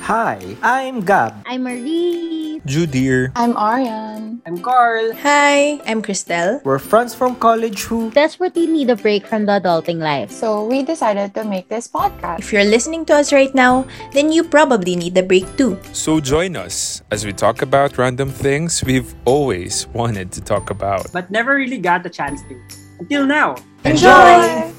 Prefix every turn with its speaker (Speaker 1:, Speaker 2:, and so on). Speaker 1: Hi, I'm Gab.
Speaker 2: I'm Marie.
Speaker 3: Judir.
Speaker 4: I'm Arian.
Speaker 5: I'm Carl.
Speaker 6: Hi, I'm Christelle.
Speaker 1: We're friends from college who
Speaker 2: Desperately need a break from the adulting life.
Speaker 4: So we decided to make this podcast.
Speaker 6: If you're listening to us right now, then you probably need a break too.
Speaker 3: So join us as we talk about random things we've always wanted to talk about.
Speaker 5: But never really got the chance to. Until now.
Speaker 4: Enjoy!